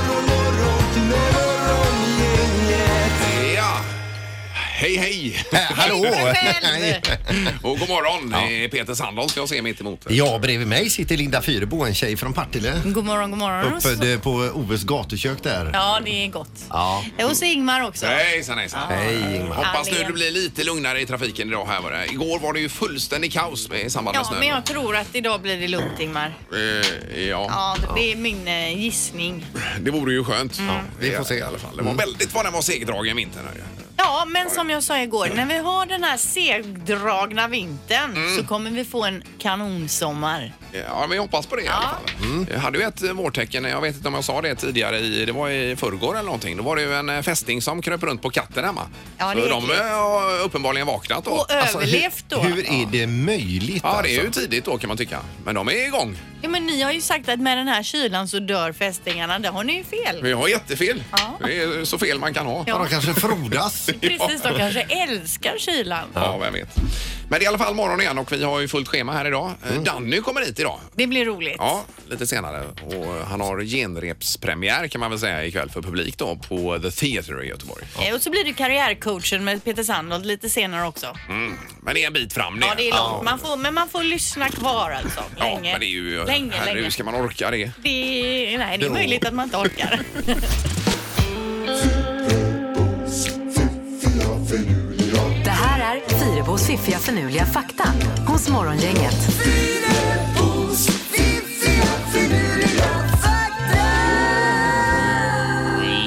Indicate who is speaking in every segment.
Speaker 1: Eh, Hallå!
Speaker 2: Själv.
Speaker 3: Och god morgon, eh, Peter Sandahl ska jag se mitt emot.
Speaker 1: Ja, bredvid mig sitter Linda Fyrebo, en tjej från Partille.
Speaker 2: God morgon, god morgon. Och så-
Speaker 1: Uppe på Oves gatukök där.
Speaker 2: Ja, det är gott. Eh,
Speaker 1: Ja.
Speaker 2: Och så Ingmar också.
Speaker 3: Hejsan, hejsan.
Speaker 1: Hej Ingmar.
Speaker 3: Hoppas nu
Speaker 2: Allén.
Speaker 3: det blir lite lugnare i trafiken idag här var det. Igår var det ju fullständig kaos med, i samband med
Speaker 2: Ja,
Speaker 3: snön.
Speaker 2: men jag tror att idag blir det lugnt Ingmar.
Speaker 3: Eh, ja.
Speaker 2: Ja, det är min eh, gissning.
Speaker 3: det vore ju skönt.
Speaker 1: vi får se.
Speaker 3: i alla fall. Det var väldigt vad den var segdragen vintern. Här.
Speaker 2: Ja, men som jag sa igår, när vi har den här segdragna vintern så kommer vi få en kanonsommar.
Speaker 3: Ja, men jag hoppas på det i alla fall. Jag hade ju ett eh, vårtecken, jag vet inte om jag sa det tidigare, i, det var i förrgår eller någonting. Då var det ju en eh, fästing som kröp runt på katten hemma.
Speaker 2: Ja,
Speaker 3: Så
Speaker 2: det är
Speaker 3: de
Speaker 2: äckligt.
Speaker 3: eh, har uppenbarligen vaknat då.
Speaker 2: Och överlevt då.
Speaker 1: Alltså, Hur är det möjligt
Speaker 3: ja, det är ju
Speaker 1: alltså?
Speaker 3: tidigt då kan man tycka. Men de är igång.
Speaker 2: Ja, men ni har ju sagt att med den här kylan så dör fästingarna. Det har ni ju fel.
Speaker 3: Vi har jättefel.
Speaker 2: Ja.
Speaker 3: Det är så fel man kan ha.
Speaker 1: Ja, de kanske frodas.
Speaker 2: Precis, de kanske älskar kylan.
Speaker 3: Ja, vem vet. Men det är i alla fall morgon igen och vi har ju fullt schema här idag. Eh, Danny kommer hit idag.
Speaker 2: Det blir roligt.
Speaker 3: Ja, lite senare. Och han har genrepspremiär kan man väl säga ikväll för publik då på The Theatre i Göteborg.
Speaker 2: Eh, Och så blir det karriärcoachen med Peter Sandholt lite senare också.
Speaker 3: Mm. Men det är en bit fram
Speaker 2: Ja, det är långt. Man får, men man får lyssna kvar alltså.
Speaker 3: Ja,
Speaker 2: Länge.
Speaker 3: men det är ju...
Speaker 2: länge,
Speaker 3: herregud,
Speaker 2: länge.
Speaker 3: ska man orka det?
Speaker 2: Det är, nej, det är möjligt att man inte orkar.
Speaker 4: Det här är Fyrabos fiffiga förnuliga fakta hos Morgongänget.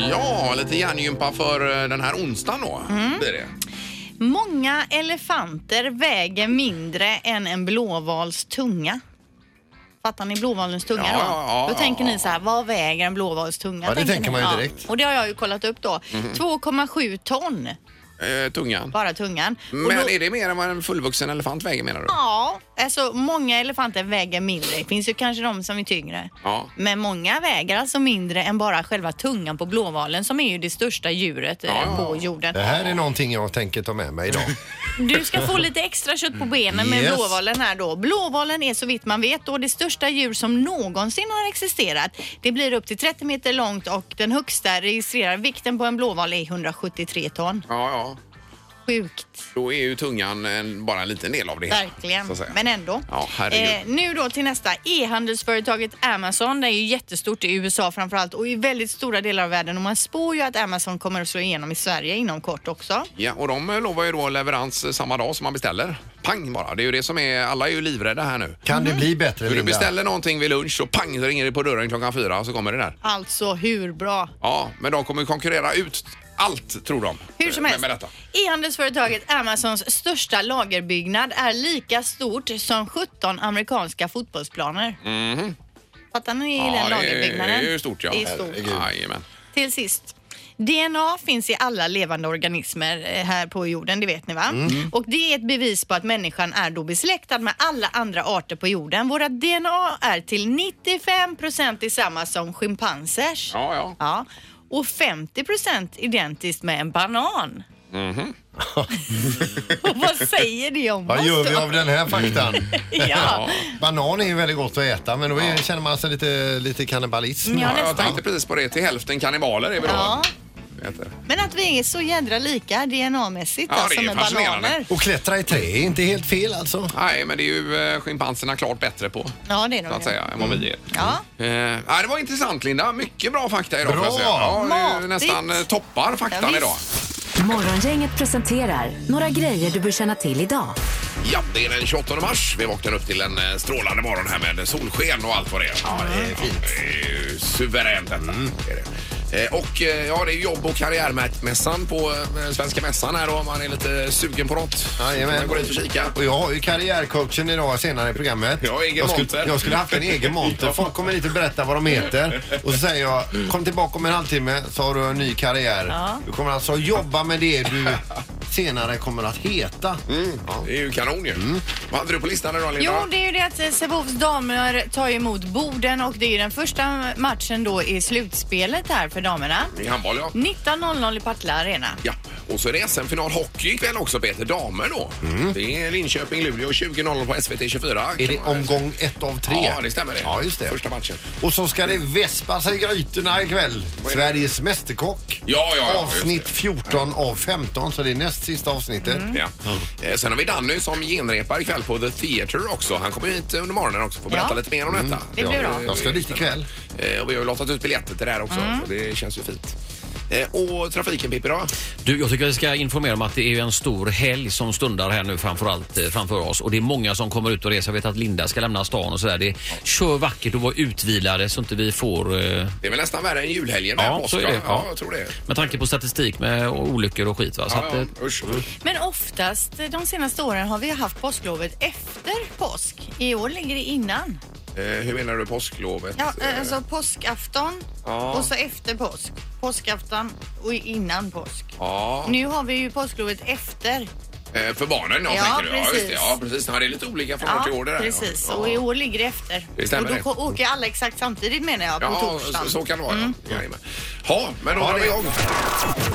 Speaker 3: Ja, lite hjärngympa för eh, den här onsdagen då.
Speaker 2: Mm.
Speaker 3: Blir det.
Speaker 2: Många elefanter väger mindre än en blåvals tunga. Fattar ni blåvalens tunga
Speaker 3: Ja,
Speaker 2: då?
Speaker 3: ja,
Speaker 2: då
Speaker 3: ja,
Speaker 2: tänker
Speaker 3: ja.
Speaker 2: ni så här, vad väger en blåvals tunga?
Speaker 1: Ja, det tänker
Speaker 2: ni.
Speaker 1: man ju direkt.
Speaker 2: Och det har jag ju kollat upp då.
Speaker 3: Mhm.
Speaker 2: 2,7 ton,
Speaker 3: Eh, tungan.
Speaker 2: bara tungan. och
Speaker 3: Men
Speaker 2: då,
Speaker 3: är det mer än vad en fullvuxen elefant väger menar du?
Speaker 2: Ja, alltså många elefanter väger mindre. Det finns ju kanske de som är tyngre.
Speaker 3: Ja.
Speaker 2: Men många väger alltså mindre än bara själva tungan på blåvalen som är ju det största djuret eh,
Speaker 3: Ja.
Speaker 2: på jorden.
Speaker 1: Det här är någonting jag tänker ta med mig idag.
Speaker 2: Du ska få lite extra kött på benen med
Speaker 1: Yes.
Speaker 2: blåvalen här då. Blåvalen är så vitt man vet då det största djur som någonsin har existerat. Det blir upp till 30 meter långt och den högsta registrerade vikten på en blåval är 173 ton.
Speaker 3: Ja, ja.
Speaker 2: Sjukt,
Speaker 3: Då är ju tungan en, bara en liten del av det hela,
Speaker 2: verkligen.
Speaker 3: så att säga.
Speaker 2: Men ändå. Eh,
Speaker 3: Ja, herregud.
Speaker 2: nu då till nästa. E-handelsföretaget Amazon, det är ju jättestort i USA framförallt och i väldigt stora delar av världen och man spår ju att Amazon kommer att slå igenom i Sverige inom kort också.
Speaker 3: Ja, och de eh, lovar ju då leverans eh, samma dag som man beställer. Pang bara. Det är ju det som är, alla är ju livrädda här nu.
Speaker 1: Kan
Speaker 2: Mm.
Speaker 1: det bli bättre
Speaker 3: Du
Speaker 1: Linda?
Speaker 3: beställer någonting vid lunch och pang så ringer det på dörren klockan fyra och så kommer det där.
Speaker 2: Alltså hur bra?
Speaker 3: Ja, men de kommer ju konkurrera ut allt tror de.
Speaker 2: Hur som
Speaker 3: eh, Med,
Speaker 2: helst,
Speaker 3: med detta.
Speaker 2: e-handelsföretaget Amazons största lagerbyggnad är lika stort som 17 amerikanska fotbollsplaner. Fattar ni den
Speaker 3: Mhm. det
Speaker 2: lagerbyggnaden?
Speaker 3: är ju stort ja.
Speaker 2: Det är stort.
Speaker 3: Jajamän.
Speaker 2: Till sist. DNA finns i alla levande organismer eh, här på jorden, det vet ni va?
Speaker 1: Mm.
Speaker 2: Och det är ett bevis på att människan är då besläktad med alla andra arter på jorden. Våra DNA är till 95 procent detsamma som schimpansers.
Speaker 3: Ja, ja.
Speaker 2: Ja. Och 50 procent identiskt med en banan.
Speaker 3: Mm-hmm.
Speaker 2: Och vad säger det om
Speaker 1: Vad
Speaker 2: oss
Speaker 1: gör
Speaker 2: då?
Speaker 1: vi av den här faktan?
Speaker 2: Ja.
Speaker 1: Banan är ju väldigt gott att äta men då är, känner man sig lite, lite kannibalism.
Speaker 2: Ja,
Speaker 3: Ja, jag
Speaker 2: nästan.
Speaker 3: tänkte precis på det. Till hälften kannibaler är vi då.
Speaker 2: Ja.
Speaker 3: Heter.
Speaker 2: Men att vi är så jädra lika DNA-mässigt
Speaker 3: Ja, det
Speaker 2: alltså
Speaker 3: är
Speaker 2: med
Speaker 3: fascinerande.
Speaker 2: bananer.
Speaker 1: Och klättra i trä är inte helt fel alltså.
Speaker 3: Nej, men det är ju eh, schimpanserna klart bättre på.
Speaker 2: Ja, det är de
Speaker 3: Så att
Speaker 2: ju.
Speaker 3: säga, än vad vi är.
Speaker 2: Ja.
Speaker 3: Eh, nej, det var intressant Linda. Mycket bra fakta idag.
Speaker 1: Bra.
Speaker 3: får jag säga. Ja, det är ju
Speaker 2: Matigt.
Speaker 3: nästan eh, toppar faktan
Speaker 2: Ja, visst.
Speaker 3: idag.
Speaker 4: Morgongänget presenterar några grejer du bör känna till idag.
Speaker 3: Ja, det är den 28 mars. Vi vaknar upp till en eh, strålande morgon här med solsken och allt vad det är. Ja, det är fint. Mm. Det är ju suveränt detta. Det är det. Eh, Och eh, ja, det är jobb och karriärmässan på eh, Svenska mässan här då om man är lite sugen på något.
Speaker 1: Jajamän.
Speaker 3: Man går dit och kika.
Speaker 1: Och jag har ju karriärcoachen idag senare i programmet.
Speaker 3: Jag har egen
Speaker 1: jag, skulle,
Speaker 3: monter.
Speaker 1: jag skulle haft en egen monter. Folk kommer hit och berättar vad de heter. Och så säger jag, kom tillbaka om en halvtimme så har du en ny karriär.
Speaker 2: Ja.
Speaker 1: Du kommer alltså jobba med det du senare kommer att heta.
Speaker 3: Mm.
Speaker 1: Ja.
Speaker 3: Det är ju kanon ju. Vad hade du på listan idag Linda?
Speaker 2: Jo, det är ju det att eh, Sävehofs damer tar emot Boden och det är ju den första matchen då i slutspelet här för damerna.
Speaker 3: I handboll ja.
Speaker 2: 19.00 i Partille Arena.
Speaker 3: Ja, Och så är det SM-final hockey ikväll också Peter, damer då. Det är Linköping-Luleå 20.00 på SVT 24.
Speaker 1: Mm. Är det omgång ett av tre?
Speaker 3: Ja, det stämmer det.
Speaker 1: Ja, just det.
Speaker 3: Första matchen.
Speaker 1: Och så ska det vespas i grytorna ikväll. Sveriges Mästerkock.
Speaker 3: Ja, ja, ja,
Speaker 1: Avsnitt
Speaker 3: just
Speaker 1: 14 av 15, så det är näst sista avsnittet.
Speaker 3: Ja. Eh, Sen har vi Danny som genrepar ikväll på The Theatre också. Han kommer hit under morgonen också för att berätta
Speaker 2: Ja. Mm.
Speaker 3: lite mer om detta.
Speaker 2: Det blir bra. Mm.
Speaker 1: Jag ska dit ikväll.
Speaker 3: Eh, Och vi har ju lottat ut biljetter till det här också, så det känns ju fint. Eh, Och trafiken Pippi då?
Speaker 5: Du, jag tycker att vi ska informera om att det är ju en stor helg som stundar här nu framförallt eh, framför oss och det är många som kommer ut och reser. Jag vet att Linda ska lämna stan och sådär. Det är kör vackert och var utvilade så inte vi får eh,
Speaker 3: Det är väl nästan värre än julhelgen
Speaker 5: Ja,
Speaker 3: med påsk,
Speaker 5: så är det.
Speaker 3: va? Ja,
Speaker 5: Ja.
Speaker 3: jag tror det.
Speaker 5: med tanke på statistik med olyckor och skit va. Så att,
Speaker 3: Ja,
Speaker 5: eh,
Speaker 3: ja, usch.
Speaker 2: Men oftast de senaste åren har vi haft påsklovet efter påsk. I år ligger det innan.
Speaker 3: Eh, Hur menar du påsklovet?
Speaker 2: Ja,
Speaker 3: Eh,
Speaker 2: alltså påskafton
Speaker 3: Ja.
Speaker 2: och så efter påsk. Påskafton och innan påsk.
Speaker 3: ja.
Speaker 2: Nu har vi ju påsklovet efter.
Speaker 3: Eh, För barnen ja,
Speaker 2: Ja,
Speaker 3: tänker du? Ja, just det.
Speaker 2: precis.
Speaker 3: Ja, precis. Ja, det är lite olika från år till år det där. ja.
Speaker 2: precis. Och i år ligger det efter.
Speaker 3: Det stämmer
Speaker 2: och då
Speaker 3: det.
Speaker 2: ko- åker alla exakt samtidigt menar jag, på
Speaker 3: Ja,
Speaker 2: torsdagen.
Speaker 3: så, så kan det vara. Ja, Jajamän. ja men då drar vi igång.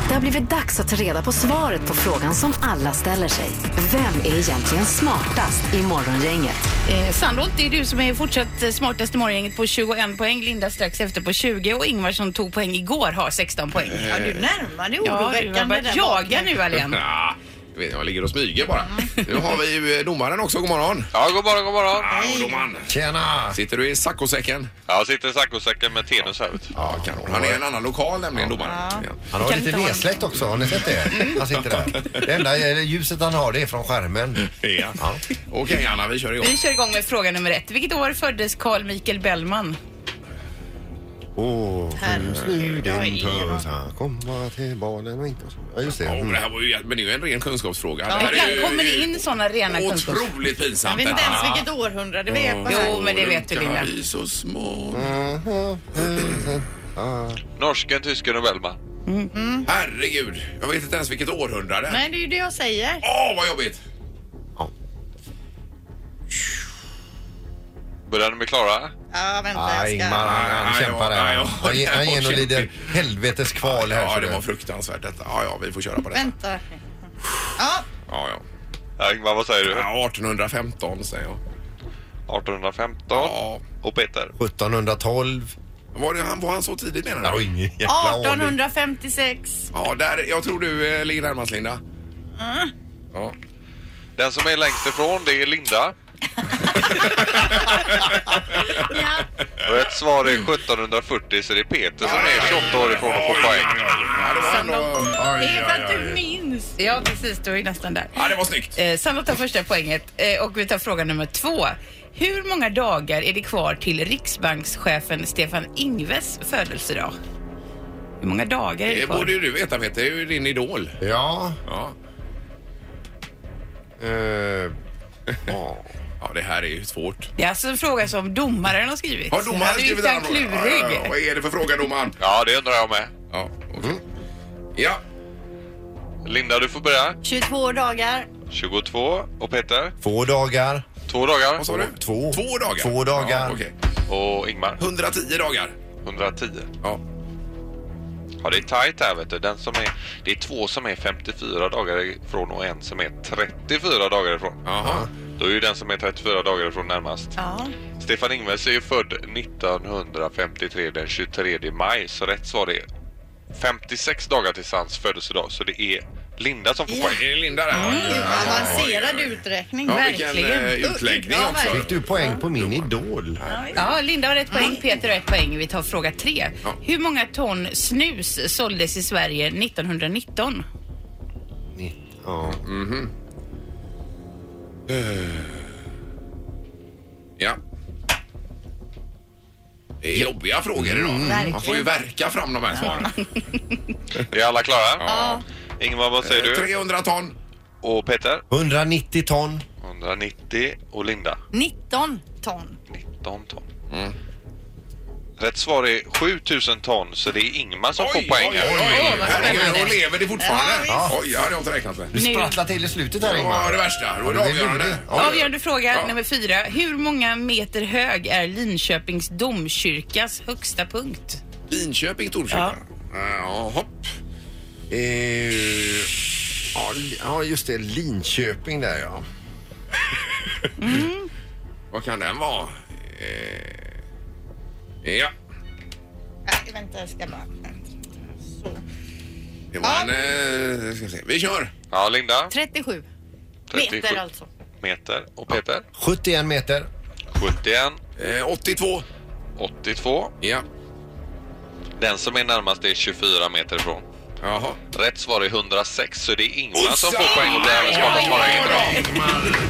Speaker 4: Det har blivit dags att ta reda på svaret på frågan som alla ställer sig. Vem är egentligen smartast i Morgongänget?
Speaker 6: Eh, Sandholt, det är du som är fortsatt eh, smartast i morgongänget på 21 poäng. Linda strax efter på 20 och Ingvar som tog poäng igår har 16 poäng.
Speaker 2: Ja, du närmar dig
Speaker 6: Ja, du har
Speaker 2: oroväckande
Speaker 6: börjat
Speaker 2: där
Speaker 6: jaga
Speaker 2: bakom.
Speaker 6: nu Alén.
Speaker 3: Ja, jag vet, jag ligger och smyger bara. Nu har vi ju eh, domaren också. God morgon.
Speaker 7: Ja, god morgon, god morgon.
Speaker 3: Hallå, domaren.
Speaker 1: Tjena!
Speaker 3: Sitter du i saccosäcken?
Speaker 7: Jag sitter i saccosäcken med Tenus här. ute.
Speaker 3: Ja, kanon. Han är i en annan lokal nämligen, domaren. Ja.
Speaker 1: Han har
Speaker 6: Kan
Speaker 1: lite
Speaker 6: inte ha- Mm.
Speaker 1: nedsläckt också, har ni sett det? Han sitter där. Det enda eh, ljuset han har det är från skärmen.
Speaker 3: Ja.
Speaker 1: Ja.
Speaker 3: Okej, Anna, vi kör igång.
Speaker 6: Vi kör igång med fråga nummer ett. Vilket år föddes Carl Michael Bellman?
Speaker 1: Åh, finns nu den
Speaker 2: Herregud, vad
Speaker 1: pösa komma till barnen och inte... Ja, just det.
Speaker 3: Ja, men
Speaker 1: Mm.
Speaker 3: det här var ju, men det är ju en ren kunskapsfråga.
Speaker 6: Ja,
Speaker 3: det här är ju
Speaker 6: ibland kommer det in sådana rena kunskaper.
Speaker 3: otroligt pinsamt.
Speaker 2: Jag vet inte ens
Speaker 3: detta.
Speaker 2: vilket århundrade vi är på
Speaker 6: Jo,
Speaker 2: här.
Speaker 6: men det vet du,
Speaker 3: Kan
Speaker 6: Linda.
Speaker 3: bli så små.
Speaker 7: Norsken, tysken och Bellman.
Speaker 3: Herregud, jag vet inte ens vilket århundrade.
Speaker 2: Nej, det är ju det jag säger.
Speaker 3: Åh, vad jobbigt!
Speaker 7: Börjar ni med Klara?
Speaker 2: Ja, vänta,
Speaker 1: Ah,
Speaker 2: jag ska...
Speaker 1: Ingmar, han, han
Speaker 3: Nej,
Speaker 1: kämpar
Speaker 3: ja,
Speaker 1: där.
Speaker 3: nej, ja.
Speaker 1: Han, ge- han genomlider helvetes kval här.
Speaker 3: Ja,
Speaker 1: ser
Speaker 3: det
Speaker 1: du.
Speaker 3: var fruktansvärt detta. Ja, ja, vi får köra på detta.
Speaker 2: Vänta. Ja,
Speaker 3: Ja, ja.
Speaker 7: Ja, Ingmar, vad säger du?
Speaker 3: Ja, 1815 säger jag.
Speaker 7: 1815.
Speaker 3: Ja.
Speaker 7: Och Peter?
Speaker 1: 1712.
Speaker 3: Var, det, han, var han så tidigt menar du?
Speaker 1: Ja, ingen jäkla aning.
Speaker 2: 1856.
Speaker 3: Ja, där, jag tror du eh, ligger närmast Linda.
Speaker 2: Ah.
Speaker 3: Ja.
Speaker 7: Den som är längst ifrån, det är Linda.
Speaker 2: Ja,
Speaker 7: Rätt svar är 1740, så det är Peter som är 28 år ifrån och får poäng.
Speaker 3: Ja, det var ändå...
Speaker 2: det
Speaker 3: Aj,
Speaker 2: är för
Speaker 3: aj,
Speaker 2: att du
Speaker 3: aj.
Speaker 2: minns.
Speaker 6: Ja, precis. Du är ju nästan där.
Speaker 3: Ja, det var snyggt.
Speaker 6: Eh, Sandholt tar första poänget eh, och vi tar fråga nummer två. Hur många dagar är det kvar till Riksbankschefen Stefan Ingves födelsedag? Hur många dagar är det
Speaker 3: Det
Speaker 6: kvar?
Speaker 3: borde ju du veta Peter, det är ju din idol.
Speaker 1: Ja.
Speaker 3: Ja.
Speaker 1: eh,
Speaker 3: Ja, det här är ju svårt.
Speaker 6: Det är alltså en fråga som domaren har skrivit.
Speaker 3: Har domaren
Speaker 6: Han är ju
Speaker 3: skrivit
Speaker 6: utan
Speaker 3: den här frågan? Ja, ja, ja. Vad
Speaker 6: klurig.
Speaker 3: är det för fråga domaren?
Speaker 7: Ja, det undrar jag med.
Speaker 3: Ja, okej. Ja,
Speaker 7: Linda, du får börja.
Speaker 2: 22 dagar.
Speaker 7: 22. Och Peter?
Speaker 1: Två dagar.
Speaker 7: Två dagar.
Speaker 3: vad sa du?
Speaker 1: Två.
Speaker 3: Två dagar?
Speaker 1: Två dagar.
Speaker 3: Ja, okej.
Speaker 7: Och Ingmar?
Speaker 3: 110 dagar.
Speaker 7: 110.
Speaker 3: Ja.
Speaker 7: Ja, det är tajt här vet du. Den som är, det är två som är 54 dagar ifrån och en som är 34 dagar ifrån.
Speaker 3: Jaha.
Speaker 7: Då är ju den som är 34 dagar ifrån närmast.
Speaker 2: Ja.
Speaker 7: Stefan Ingves är ju född 1953 den 23 maj, så rätt svar är 56 dagar tills hans födelsedag. Så det är Linda som får poäng.
Speaker 3: Är det Linda där? Mm.
Speaker 2: Avancerad uträkning,
Speaker 3: Ja, vilken
Speaker 2: verkligen.
Speaker 3: eh, utläggning
Speaker 2: Ja,
Speaker 3: också.
Speaker 2: verkligen.
Speaker 1: Fick du poäng på min idol?
Speaker 6: Ja, Linda har ett poäng, Peter har ett poäng. Vi tar fråga tre.
Speaker 3: Ja.
Speaker 6: Hur många ton snus såldes i Sverige 1919?
Speaker 1: Ni- Ja.
Speaker 3: Ja. Det är jobbiga frågor idag.
Speaker 6: Mm.
Speaker 3: Man får ju verka fram de här svaren.
Speaker 7: Är alla klara? Ingmar, vad säger
Speaker 3: Eh,
Speaker 7: du?
Speaker 3: 300 ton.
Speaker 7: Och Peter?
Speaker 1: 190 ton.
Speaker 7: 190 och Linda?
Speaker 2: 19 ton.
Speaker 7: 19 ton.
Speaker 3: Mm.
Speaker 7: Rätt svar är 7000 ton, så det är Ingmar som får
Speaker 3: Oj,
Speaker 7: poäng
Speaker 3: oj,
Speaker 7: här.
Speaker 3: oj.
Speaker 6: vad
Speaker 3: Herregud,
Speaker 6: spännande.
Speaker 3: då lever det fortfarande. Oj, det hade jag inte räknat med.
Speaker 1: Du sprattlade till i slutet här
Speaker 3: Det var det
Speaker 1: Ingmar.
Speaker 3: värsta. Då är
Speaker 1: Ja,
Speaker 3: det
Speaker 1: det blev
Speaker 3: avgörande.
Speaker 1: det.
Speaker 6: Ja, Avgörande fråga
Speaker 3: Ja.
Speaker 6: nummer fyra. Hur många meter hög är Linköpings domkyrkas högsta punkt?
Speaker 3: Linköping, Torköping. Ja. hopp. Eh,
Speaker 1: li- ja, just det. Linköping där ja.
Speaker 3: Vad kan den vara? Eh, ja,
Speaker 2: Nej, vänta, jag ska bara... Så.
Speaker 3: det var en... Eh, ska vi, se. vi kör!
Speaker 7: Ja, Linda.
Speaker 2: 37.
Speaker 7: 37
Speaker 2: Meter alltså.
Speaker 7: meter. Och Peter?
Speaker 1: 71 meter.
Speaker 7: 71.
Speaker 3: Eh, 82.
Speaker 7: 82.
Speaker 3: Ja.
Speaker 7: Den som är närmast är 24 meter ifrån.
Speaker 3: Jaha.
Speaker 7: Rätt svar är 106, så det är Ingmar
Speaker 3: Ossa!
Speaker 7: som får poäng och blir även smartast. Svarar inget bra.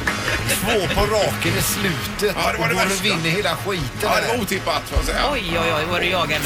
Speaker 1: Två på raken i slutet.
Speaker 3: Ja, det var det
Speaker 1: och går
Speaker 3: värsta.
Speaker 1: och vinner hela skiten.
Speaker 3: Ja,
Speaker 1: här.
Speaker 3: det var otippat får jag säga.
Speaker 6: Oj, oj, oj, vad du jagar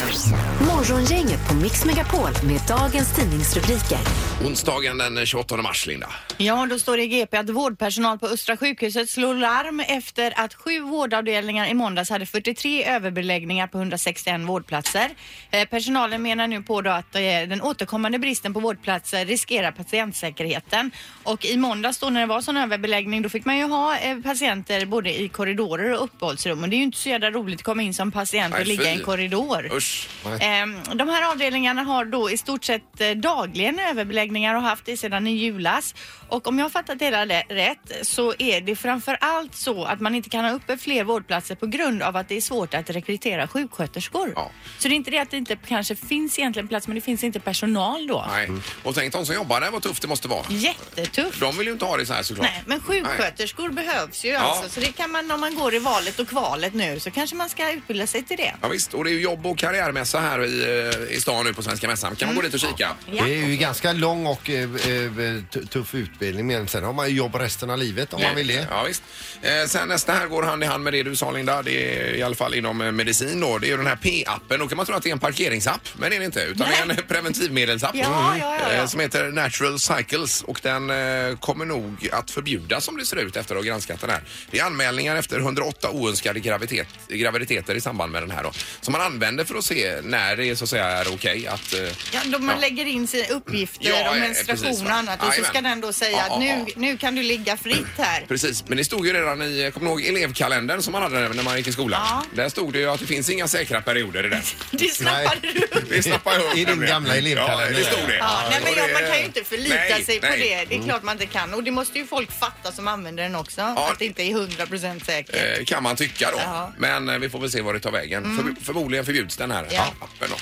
Speaker 6: nu.
Speaker 4: Morgongänget på Mix Megapol med dagens tidningsrubriker.
Speaker 3: Onsdagen den 28 mars, Linda.
Speaker 2: Ja, då står det i GP att vårdpersonal på Östra sjukhuset slår larm efter att sju vårdavdelningar i måndags hade 43 överbeläggningar på 161 vårdplatser. Eh, personalen menar nu på då att eh, den återkommande bristen på vårdplatser riskerar patientsäkerheten. Och i måndags då när det var sån överbeläggning då fick man ju ha eh, patienter både i korridorer och uppehållsrum och det är ju inte så jävla roligt att komma in som patient och
Speaker 3: Nej,
Speaker 2: ligga i en
Speaker 3: fy.
Speaker 2: korridor.
Speaker 3: Usch.
Speaker 2: Ehm, De här avdelningarna har då i stort sett eh, dagligen överbeläggningar och har haft det sedan i julas. Och om jag har fattat det hela lä- rätt så är det framför allt så att man inte kan ha uppe fler vårdplatser på grund av att det är svårt att rekrytera sjuksköterskor.
Speaker 3: Ja.
Speaker 2: Så det är inte det att det inte kanske finns egentligen plats men det finns inte personal då.
Speaker 3: Nej. Och tänk de som jobbar där, vad tufft det måste vara.
Speaker 2: Jättetufft.
Speaker 3: De vill ju inte ha det så här såklart.
Speaker 2: Nej, men sjuksköterskor behövs ju alltså. Så det kan man, om man går i valet och kvalet nu, så kanske man ska utbilda sig till det.
Speaker 3: Ja, visst, och det är ju jobb och karriärmässa här i, eh, i stan nu på Svenska Mässan. Kan man gå dit och kika?
Speaker 2: Ja.
Speaker 1: Det är ju ganska lång och eh, eh, t- tuff utbildning men sen har man ju jobb resten av livet om man vill det.
Speaker 3: Ja, visst. Eh, sen nästa här går hand i hand med det du sa Linda. Det är i alla fall inom eh, medicin då. Det är ju den här P-appen. Då kan man tro att det är en parkeringsapp. Men det är det inte. Utan det är en preventivmedelsapp.
Speaker 2: Ja, ja, ja, ja.
Speaker 3: Eh, som heter Natural Cycles. Och den eh, kommer nog att förbjudas som det ser ut efter att ha granskat den här. Det är anmälningar efter 108 oönskade graviditet, graviditeter i samband med den här då. Som man använder för att se när det är, så att säga är okej att... eh,
Speaker 2: Ja, då man
Speaker 3: ja.
Speaker 2: lägger in sina uppgifter
Speaker 3: Ja,
Speaker 2: om
Speaker 3: eh,
Speaker 2: menstruation
Speaker 3: precis, va?
Speaker 2: och annat och så
Speaker 3: Jajamän.
Speaker 2: ska den då säga
Speaker 3: Ja, ja,
Speaker 2: att nu,
Speaker 3: ja.
Speaker 2: nu kan du ligga fritt här.
Speaker 3: Precis, men det stod ju redan i, jag kommer ni ihåg elevkalendern som man hade när man gick i skolan?
Speaker 2: Ja.
Speaker 3: Där stod det ju att det finns inga säkra perioder i den.
Speaker 2: Det snappade du upp.
Speaker 3: Det snappade jag upp.
Speaker 1: I din
Speaker 3: nämligen.
Speaker 1: gamla elevkalender.
Speaker 3: Ja, det stod det.
Speaker 2: Ja, nej, men
Speaker 3: Och
Speaker 2: jag,
Speaker 3: det-
Speaker 2: man kan ju inte förlita
Speaker 3: nej,
Speaker 2: sig på
Speaker 3: nej. Mm.
Speaker 2: det. Det är klart man inte kan. Och det måste ju folk fatta som använder den också. Att det inte är 100% säkert.
Speaker 3: Eh, Kan man tycka då.
Speaker 2: Ja. Mm.
Speaker 3: Men eh, vi får väl se vad det tar vägen. Förb- förmodligen förbjuds den här
Speaker 2: Ja.
Speaker 3: appen då.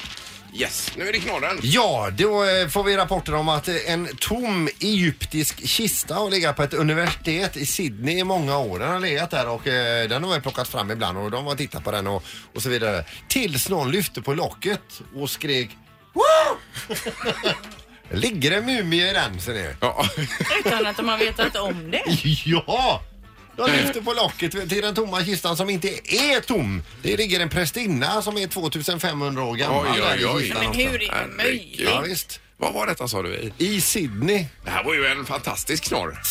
Speaker 3: Yes, nu är det knorren.
Speaker 1: Ja, då eh, får vi rapporter om att eh, en tom egyptisk kista har legat på ett universitet i Sydney i många år. Den har legat där och eh, den har väl plockat fram ibland och de har tittat på den och, och så vidare. Tills någon lyfte på locket och skrek Wow! Ligger det mumie i den? ser ni?
Speaker 3: Ja.
Speaker 2: Utan att de har vetat om det.
Speaker 1: Ja! De lyfter på locket till den tomma kistan som inte är tom. Det ligger en prästinna som är 2500 år gammal
Speaker 3: Oj, oj,
Speaker 1: där i
Speaker 3: oj.
Speaker 1: kistan
Speaker 3: Men
Speaker 1: också.
Speaker 6: Hur är det möjligt?
Speaker 1: Ja, visst.
Speaker 3: Vad var detta sa du?
Speaker 1: I Sydney.
Speaker 3: Det här var ju en fantastisk knorr. Linda.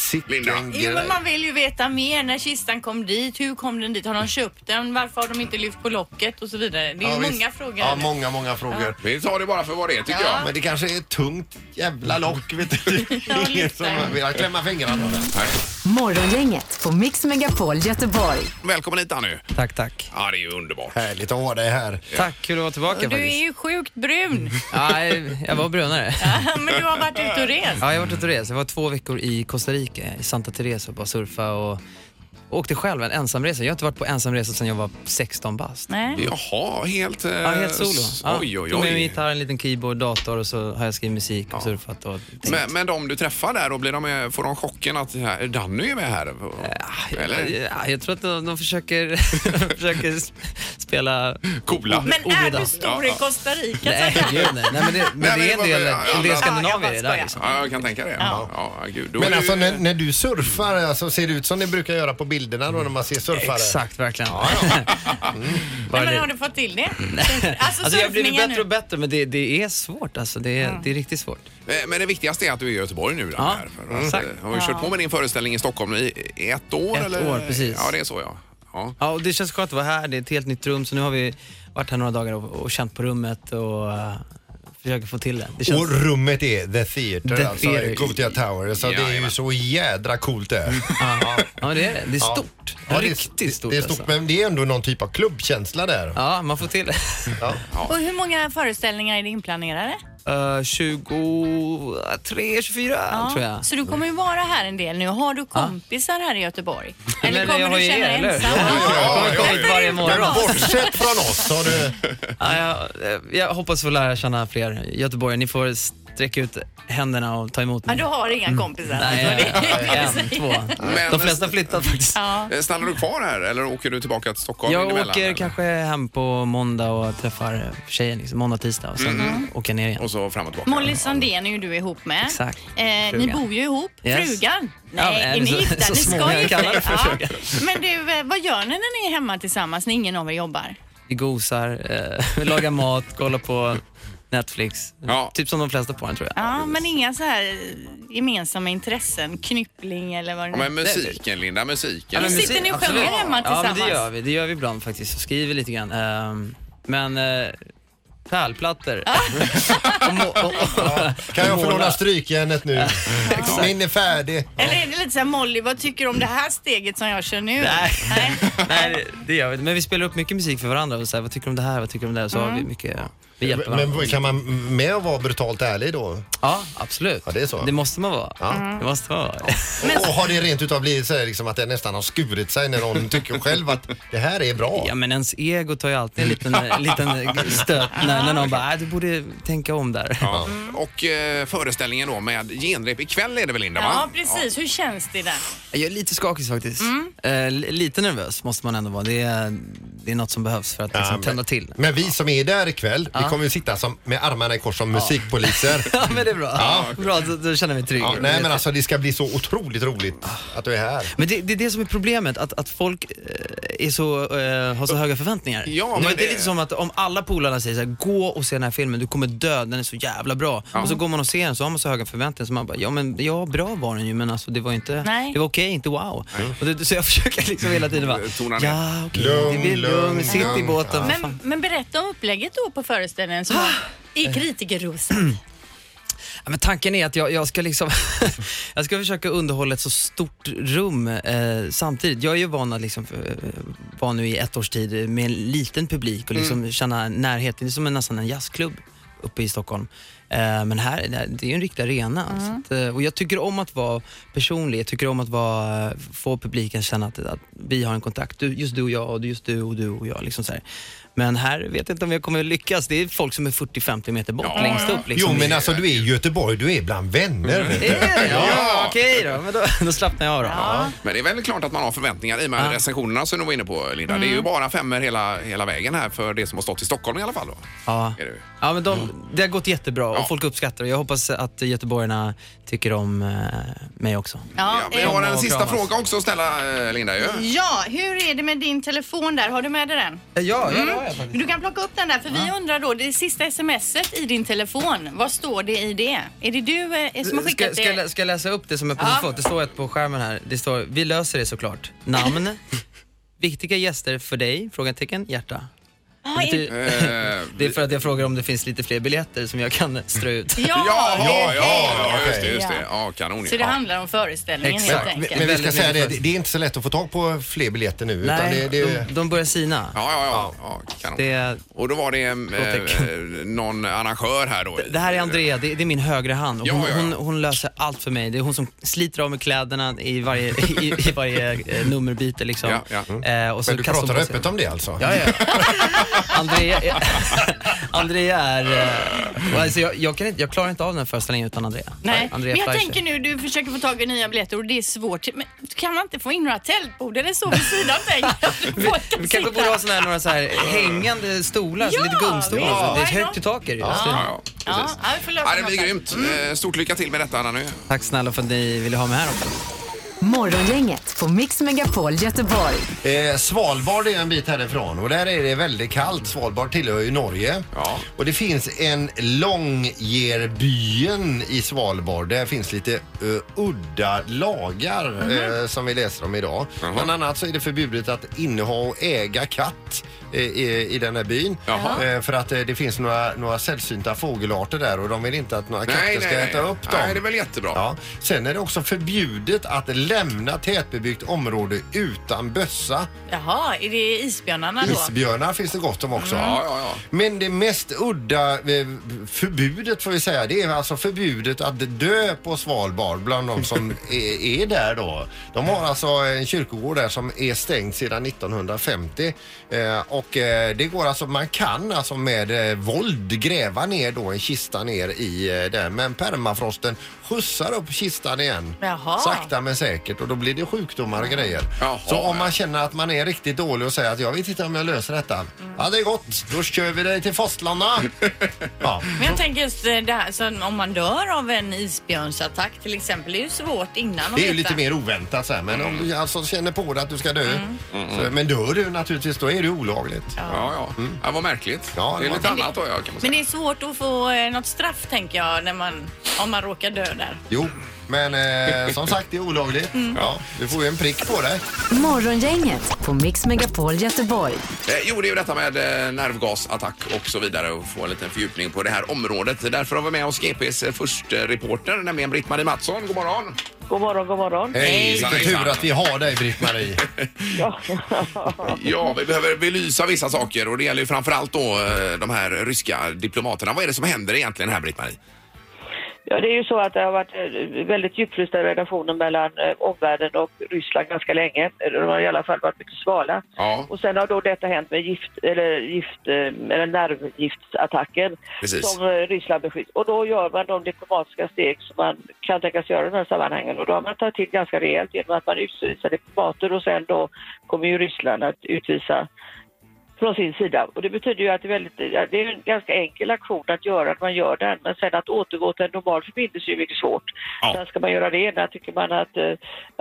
Speaker 1: Sicken
Speaker 2: Jo,
Speaker 1: grej.
Speaker 2: men man vill ju veta mer. När kistan kom dit, hur kom den dit? Har de köpt den? Varför har de inte lyft på locket? Och så vidare. Det är
Speaker 1: Ja,
Speaker 2: ju
Speaker 1: visst.
Speaker 2: många frågor.
Speaker 1: Ja, många, många frågor.
Speaker 3: Vi tar det bara för vad det är tycker
Speaker 2: Ja.
Speaker 3: jag.
Speaker 1: Men det kanske är ett tungt jävla lock, vet du. Det
Speaker 2: Ja,
Speaker 1: är ingen
Speaker 2: lite.
Speaker 1: som vill klämma fingrarna.
Speaker 3: Nej.
Speaker 4: Morgongänget på Mix Megapol Göteborg.
Speaker 3: Välkommen hit nu.
Speaker 8: Tack, tack.
Speaker 3: Ja, det är ju underbart.
Speaker 1: Härligt att ha dig här.
Speaker 8: Tack, kul att vara tillbaka
Speaker 2: du är
Speaker 8: faktiskt.
Speaker 2: ju sjukt brun.
Speaker 8: Nej, jag var brunare.
Speaker 2: men du har varit ute och rest.
Speaker 8: Ja, jag har varit ute och rest. Jag var två veckor i Costa Rica, i Santa Teresa och bara surfa och åkte själv en ensamresa. Jag har inte varit på ensamresa sedan jag var 16 bast.
Speaker 2: Nej.
Speaker 3: Jaha, helt... eh,
Speaker 8: Ja, helt solo. Ja,
Speaker 3: Oj, oj,
Speaker 8: Tog med mig
Speaker 3: oj.
Speaker 8: gitarr, en liten keyboard, dator och så har jag skrivit musik och surfat. Och tänkt.
Speaker 3: Men, men de du träffar där, då blir de med, får de chocken att här, Danny är med här? Eller?
Speaker 8: Ja, jag tror att de, de försöker, de försöker s- spela...
Speaker 3: Coola.
Speaker 2: Men är
Speaker 8: Obedan.
Speaker 2: du stor i Costa Rica?
Speaker 8: Nej, gud, nej. nej, men det, men
Speaker 3: Nej, men
Speaker 8: det är
Speaker 3: det var
Speaker 8: en del,
Speaker 3: väl-
Speaker 8: en del
Speaker 3: Ja,
Speaker 8: skandinavier
Speaker 2: jag
Speaker 8: i det
Speaker 2: bara
Speaker 8: där liksom.
Speaker 3: Ja, jag kan tänka det. Ja. Ja, gud. Då är
Speaker 1: Men
Speaker 3: det
Speaker 1: alltså
Speaker 3: ju-
Speaker 1: när, när du surfar, alltså, ser det ut som det brukar göra på bilderna då när man ser surfare?
Speaker 8: Exakt, verkligen. Mm.
Speaker 2: Nej,
Speaker 3: Mm.
Speaker 8: Bara
Speaker 2: men
Speaker 8: det.
Speaker 2: har du fått till det? Alltså,
Speaker 8: Alltså jag har blivit
Speaker 2: surfningen
Speaker 8: bättre och
Speaker 2: nu.
Speaker 8: bättre men det, det är svårt alltså. Det är, det är riktigt svårt.
Speaker 3: Eh, Men det viktigaste är att du är i Göteborg nu.
Speaker 8: Ja,
Speaker 3: Ja. För att,
Speaker 8: exakt.
Speaker 3: eh, har du kört på med din föreställning i Stockholm i i ett år?
Speaker 8: Ett
Speaker 3: eller?
Speaker 8: år, precis.
Speaker 3: Ja, det är så ja. ja.
Speaker 8: Ja, och det känns skönt att vara här. Det är ett helt nytt rum så nu har vi varit här några dagar och, och känt på rummet och eh, försöker få till det. det känns...
Speaker 1: Och rummet är The Theatre,
Speaker 8: The
Speaker 1: alltså
Speaker 8: Theatre.
Speaker 1: Gothia Tower. Så det är ju
Speaker 3: Jajamän.
Speaker 1: så jädra coolt det är.
Speaker 8: Ja, ja, men Mm. det är det. Det är stort.
Speaker 1: Ja, det är-
Speaker 8: riktigt stort,
Speaker 1: Det är stort,
Speaker 8: alltså.
Speaker 1: men det är ändå någon typ av klubbkänsla där.
Speaker 8: Ja, man får till det.
Speaker 2: Och hur många föreställningar är det inplanerade?
Speaker 8: Eh, 23, 24 tror jag.
Speaker 2: Så du kommer ju vara här en del nu. Har du kompisar här i Göteborg? Eller
Speaker 8: Men
Speaker 2: kommer
Speaker 8: jag har
Speaker 2: du
Speaker 8: ju
Speaker 2: känna
Speaker 8: er,
Speaker 2: dig
Speaker 8: eller?
Speaker 2: ensam?
Speaker 8: Ja,
Speaker 3: ja,
Speaker 2: Ja,
Speaker 3: ja, ja.
Speaker 2: därför är det
Speaker 8: Varje
Speaker 2: inte
Speaker 8: morgon.
Speaker 2: bra.
Speaker 1: Bortsett från oss har du...
Speaker 8: Ja, jag, eh, jag hoppas få lära känna fler göteborgare. Ni får sträcka ut händerna och ta emot
Speaker 2: Ja,
Speaker 8: mig.
Speaker 2: du har inga kompisar.
Speaker 8: Nej,
Speaker 2: alltså, det är det jag
Speaker 8: en,
Speaker 2: säger.
Speaker 8: två.
Speaker 3: Men-
Speaker 8: De flesta flyttat faktiskt.
Speaker 2: Ja.
Speaker 3: Eh, Stannar du kvar här eller åker du tillbaka till Stockholm?
Speaker 8: Jag
Speaker 3: inemellan,
Speaker 8: åker
Speaker 3: eller?
Speaker 8: kanske hem på måndag och träffar tjejen liksom, måndag, tisdag och sen åker jag ner igen.
Speaker 3: Och så fram och tillbaka.
Speaker 2: Molly Sandén är ju du ihop med.
Speaker 8: Exakt.
Speaker 2: Eh, ni
Speaker 8: Frugan.
Speaker 2: bor ju ihop.
Speaker 8: Yes.
Speaker 2: Frugan?
Speaker 8: Ja,
Speaker 2: Nej,
Speaker 8: men
Speaker 2: är ni
Speaker 8: så-
Speaker 2: gifta?
Speaker 8: så
Speaker 2: ni
Speaker 8: små
Speaker 2: ska
Speaker 8: jag
Speaker 2: gifta
Speaker 8: kallar
Speaker 2: er.
Speaker 8: det för frugan.
Speaker 2: Men du, eh, vad gör ni när ni är hemma tillsammans när ingen av er jobbar?
Speaker 8: Vi gosar, eh, lagar mat, kollar på Netflix.
Speaker 3: Ja.
Speaker 8: Typ som de flesta på den tror jag.
Speaker 2: Ja, men inga så här eh, gemensamma intressen? Knyppling eller vad det
Speaker 3: Ja,
Speaker 2: nu
Speaker 3: men musiken Linda, musiken.
Speaker 2: men sitter ni och sjunger
Speaker 8: absolut.
Speaker 2: hemma
Speaker 8: Ja, men
Speaker 2: tillsammans?
Speaker 8: det gör vi. Det gör vi ibland faktiskt. Och skriver lite grann. Ehm, men eh, pärlplattor.
Speaker 2: Ah.
Speaker 8: och, må- och, och,
Speaker 1: Kan jag få
Speaker 8: måla.
Speaker 1: låna strykjärnet nu? Min är färdig.
Speaker 2: Eller är det lite så här, Molly, vad tycker du om det här steget som jag kör nu?
Speaker 8: Nej.
Speaker 2: Nej.
Speaker 8: Nej, det, det gör vi inte. Men vi spelar upp mycket musik för varandra. Och så här, vad tycker du om det här? Vad tycker du om det här? Så har
Speaker 2: Mm.
Speaker 8: vi mycket... Vi hjälper varandra.
Speaker 1: Men kan man med att vara brutalt ärlig då?
Speaker 8: Ja, absolut.
Speaker 1: Ja, det är så.
Speaker 8: Det måste man vara.
Speaker 2: Mm.
Speaker 8: Det måste man vara.
Speaker 1: Och har det rent utav blivit så här, liksom att det nästan har skurit sig när någon tycker själv att det här är bra?
Speaker 8: Ja, men ens ego tar ju alltid en liten, en liten stöt när, när någon bara, "Äh, du borde tänka om där.
Speaker 3: Ja. Och eh, föreställningen då med genrep ikväll är det väl Linda?
Speaker 2: Ja,
Speaker 3: va?
Speaker 2: precis. Hur känns det där?
Speaker 8: Jag är lite skakig faktiskt. Eh, li- lite nervös måste man ändå vara. Det är, det är något som behövs för att liksom, tända till.
Speaker 1: Men vi som är där ikväll, vi kommer ju sitta som, med armarna i kors som musikpoliser.
Speaker 8: Ja, men det är bra. Bra, då, då känner jag mig trygg.
Speaker 1: Ja, nej men alltså det ska bli så otroligt roligt att du är här.
Speaker 8: Men det, det är det som är problemet, att, att folk eh, är så, eh, har så höga förväntningar.
Speaker 3: Ja,
Speaker 8: Du
Speaker 3: men
Speaker 8: vet, det är
Speaker 3: det-
Speaker 8: lite som att om alla polarna säger så här, gå och se den här filmen, du kommer dö, den är så jävla bra. Och så går man och ser den så har man så höga förväntningar så man bara, ja men ja, bra var den ju men alltså det var inte,
Speaker 2: Nej.
Speaker 8: det var okej, inte wow. Och det, så jag försöker liksom hela tiden bara,
Speaker 3: Tona ner.
Speaker 8: ja okej,
Speaker 1: Lugn,
Speaker 8: det blir
Speaker 1: lugn,
Speaker 8: lugn, sitt i
Speaker 1: lugn.
Speaker 8: båten. vad fan." Ah.
Speaker 2: Men, men berätta om upplägget då på föreställningen som var i
Speaker 8: Mm.
Speaker 2: kritikerrosen.
Speaker 8: Ja, men tanken är att jag, jag ska liksom jag ska försöka underhålla ett så stort rum eh, samtidigt. Jag är ju van att liksom, eh, vara nu i ett års tid med en liten publik och
Speaker 1: Mm.
Speaker 8: liksom känna närhet. Det är som en, nästan en jazzklubb uppe i Stockholm. Eh, men här, det här- det är ju en riktig arena. Så
Speaker 1: Mm.
Speaker 8: att, eh, och jag tycker om att vara personlig. Jag tycker om att vara, eh, få publiken känna att, att vi har en kontakt. Du, just du och jag och du- just du och du och jag. Liksom så här. Men här vet jag inte om jag kommer lyckas. Det är folk som är 40-50 meter bort längst upp. Liksom.
Speaker 1: Jo men alltså du är i Göteborg, du är bland vänner.
Speaker 8: Är det? Ja, okej då. Men då, då slappnar jag av då.
Speaker 3: Men det är väl klart att man har förväntningar i och med
Speaker 8: Ja.
Speaker 3: recensionerna som du var inne på Linda. Det är ju bara femmer hela, hela vägen här för det som har stått i Stockholm i alla fall. Då.
Speaker 8: Ja.
Speaker 3: Är det ju.
Speaker 8: Ja, men de, det har gått jättebra och
Speaker 3: Ja.
Speaker 8: folk uppskattar det. Jag hoppas att göteborgarna tycker om eh, mig också.
Speaker 2: Ja,
Speaker 3: Ja, men
Speaker 2: eh,
Speaker 3: jag har en
Speaker 8: och
Speaker 3: sista
Speaker 8: kramas.
Speaker 3: fråga också att ställa eh, Linda ju.
Speaker 2: ja, hur är det med din telefon där? Har du med dig den?
Speaker 8: Ja, ja,
Speaker 2: Du kan plocka upp den där för vi undrar då, det sista smset i din telefon, vad står det i det? Är det du eh, som har
Speaker 8: Ska,
Speaker 2: skickat
Speaker 8: ska, jag lä-
Speaker 2: det?
Speaker 8: ska jag läsa upp det som jag
Speaker 2: Ja.
Speaker 8: precis fått? Det står ett på skärmen här. Det står, vi löser det såklart. Namn, viktiga gäster för dig? Frågetecken, hjärta.
Speaker 2: Ja,
Speaker 8: Det
Speaker 2: är-
Speaker 8: betyder-
Speaker 3: Eh,
Speaker 8: Det är för att jag frågar om det finns lite fler biljetter som jag kan strö ut.
Speaker 3: Ja,
Speaker 2: det
Speaker 3: ja,
Speaker 2: är
Speaker 3: ja,
Speaker 2: det.
Speaker 3: just det. Just
Speaker 2: Ja.
Speaker 3: det. Ja, kanon ju.
Speaker 2: Så det
Speaker 3: Ja.
Speaker 2: handlar om föreställningen
Speaker 8: Exakt.
Speaker 2: helt
Speaker 1: Men,
Speaker 2: enkelt.
Speaker 1: men vi ska
Speaker 8: Väldigt
Speaker 1: säga det,
Speaker 8: nervös.
Speaker 1: det är inte så lätt att få tag på fler biljetter nu. Utan
Speaker 8: Nej,
Speaker 1: det, det,
Speaker 8: de, de börjar sina.
Speaker 3: Ja, ja, ja. ja kanon.
Speaker 8: Det,
Speaker 3: Och då var det eh,
Speaker 8: Frågetecken.
Speaker 3: eh, någon arrangör här då.
Speaker 8: Det här är Andrea, det, det är min högra hand. Och
Speaker 3: Ja,
Speaker 8: hon,
Speaker 3: ja, ja.
Speaker 8: Hon, hon löser allt för mig. Det är hon som sliter av mig kläderna i varje, i, i varje eh, nummerbyte. Liksom.
Speaker 3: Ja, ja.
Speaker 8: Eh, och så
Speaker 1: men du
Speaker 8: kastar hon
Speaker 1: pratar
Speaker 8: på sig-
Speaker 1: öppet om det alltså?
Speaker 8: Ja, ja. Andrea, är- Andrea är... eh, Alltså jag, jag, kan inte, jag klarar inte av den här föreställningen utan Andrea.
Speaker 2: Nej, men
Speaker 8: Andrea
Speaker 2: jag
Speaker 8: Fleischer.
Speaker 2: tänker nu, du försöker få tag i nya biljetter och det är svårt. Men kan man inte få in några tältbord eller så vid sidan? Tänk. Folk kan
Speaker 8: Vi kanske
Speaker 2: sitta.
Speaker 8: borde ha såna här, några så här hängande stolar, så
Speaker 2: Ja,
Speaker 8: lite gungstolar.
Speaker 2: visst.
Speaker 8: så Det är
Speaker 2: Why
Speaker 8: högt
Speaker 2: not?
Speaker 8: i tak är det ju.
Speaker 3: Ja,
Speaker 8: Så-
Speaker 3: ja. precis.
Speaker 2: Ja, ja, vi får lösa
Speaker 3: Ja, det blir
Speaker 2: något där.
Speaker 3: grymt. Eh, Stort lycka till med detta, Anna. Nu.
Speaker 8: Tack snälla för att ni ville ha mig här också.
Speaker 4: Morgongänget på Mix Megapol Göteborg.
Speaker 1: Eh, Svalbard är en bit härifrån och där är det väldigt kallt. Svalbard tillhör ju Norge.
Speaker 3: Ja.
Speaker 1: Och det finns en Långyearbyen i Svalbard. Där finns lite eh, udda lagar eh, som vi läser om idag.
Speaker 3: Mhm. Jaha.
Speaker 1: Bland annat så är det förbjudet att inneha och äga katt eh, i, i den här byn.
Speaker 3: Jaha.
Speaker 1: Eh, för att eh, det finns några, några sällsynta fågelarter där och de vill inte att några katter
Speaker 3: Nej,
Speaker 1: ska
Speaker 3: nej,
Speaker 1: äta upp
Speaker 3: nej.
Speaker 1: dem.
Speaker 3: Nej, det är väl jättebra.
Speaker 1: Ja. Sen är det också förbjudet att lä lämna tätbebyggt område utan bössa.
Speaker 2: Jaha, är det isbjörnarna då?
Speaker 1: Isbjörnar finns det gott om också.
Speaker 3: Ja, ja, ja.
Speaker 1: Men det mest udda eh, förbudet får vi säga, det är alltså förbudet att dö på Svalbard bland de som är, är där då. De har alltså en kyrkogård där som är stängd sedan 1950 eh, och eh, det går alltså, man kan alltså med eh, våld gräva ner då en kista ner i eh, där men permafrosten skjutsar upp kistan igen.
Speaker 2: Jaha.
Speaker 1: Sakta men säkert och då blir det sjukdomar och grejer.
Speaker 3: Jaha,
Speaker 1: Så om
Speaker 3: ja.
Speaker 1: man känner att man är riktigt dålig och säger att jag vet inte om jag löser detta. Ja, det är gott. Då kör vi dig till Fostlanda. ja.
Speaker 2: Men jag tänker just eh, det här, så om man dör av en isbjörnsattack till exempel, det är ju svårt innan att
Speaker 1: Det är ju
Speaker 2: veta.
Speaker 1: lite mer oväntat så här, men om du alltså känner på dig att du ska dö. Så, men dör du naturligtvis, då är det olagligt.
Speaker 3: Ja, ja. ja vad märkligt.
Speaker 1: Ja,
Speaker 3: det är
Speaker 1: det
Speaker 3: lite
Speaker 1: var-
Speaker 3: annat då, ja, kan man
Speaker 2: Men
Speaker 3: säga.
Speaker 2: det är svårt att få eh, något straff tänker jag när man, om man råkar dö där.
Speaker 1: Jo, men eh, som sagt, det är olagligt. Ja, du får ju en prick på dig.
Speaker 4: Morgongänget på Mix Megapol Göteborg.
Speaker 3: Eh, jo, det är ju detta med eh, nervgasattack och så vidare och få en liten fördjupning på det här området. Därför har vi med oss GPs eh, förste reporter, nämligen Britt-Marie Mattsson. God morgon!
Speaker 9: God morgon, god morgon.
Speaker 1: Hej, vilken
Speaker 3: hejsan.
Speaker 1: tur att vi har dig Britt-Marie.
Speaker 9: Ja.
Speaker 3: Ja, vi behöver belysa vissa saker och det gäller ju framförallt då eh, de här ryska diplomaterna. Vad är det som händer egentligen här, Britt-Marie?
Speaker 9: ja, det är ju så att det har varit eh, väldigt djupfrysta relationer mellan eh, omvärlden och Ryssland ganska länge. De har i alla fall varit mycket svala.
Speaker 3: Ja.
Speaker 9: Och sen har då detta hänt med gift, eller gift, eh, eller nervgiftsattacken
Speaker 3: Precis.
Speaker 9: som eh, Ryssland beskylls. Och då gör man de diplomatiska steg som man kan tänkas göra i de här sammanhangen. Och då har man tagit till ganska rejält genom att man utvisar diplomater och sen då kommer ju Ryssland att utvisa från sin sida. Och det betyder ju att det är, väldigt, det är en ganska enkel aktion att göra att man gör den. Men sen att återgå till en normal förbindelse är ju mycket svårt.
Speaker 3: Ja.
Speaker 9: När ska man göra det? När tycker man att, eh,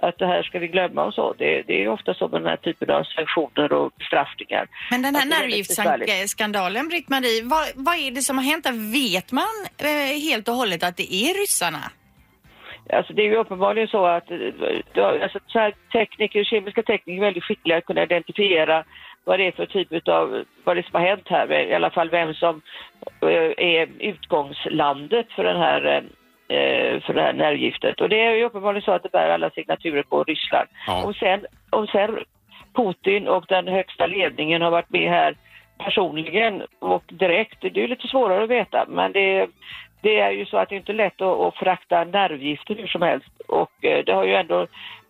Speaker 9: att det här ska vi glömma och så? Det, det är ju ofta så med den här typen av sanktioner och bestraffningar.
Speaker 2: Men den här
Speaker 9: Att det är väldigt besvärligt.
Speaker 2: nervgiftsskandalen, Britt-Marie, vad, vad är det som har hänt där? Vet man eh, helt och hållet att det är ryssarna?
Speaker 9: Alltså det är ju uppenbarligen så att eh, då- alltså, så här tekniker, kemiska tekniker är väldigt skickliga att kunna identifiera vad det är för typ av, vad det är som har hänt här, i alla fall vem som eh, är utgångslandet för den här eh, eh, för det här nervgiftet. Och det är ju uppenbarligen så att det bär alla signaturer på Ryssland.
Speaker 3: Ja.
Speaker 9: Och sen, och sen Putin och den högsta ledningen har varit med här personligen och direkt. Det är ju lite svårare att veta, men det, det är ju så att det är inte lätt att, att frakta nervgifter hur som helst. Och eh, det har ju ändå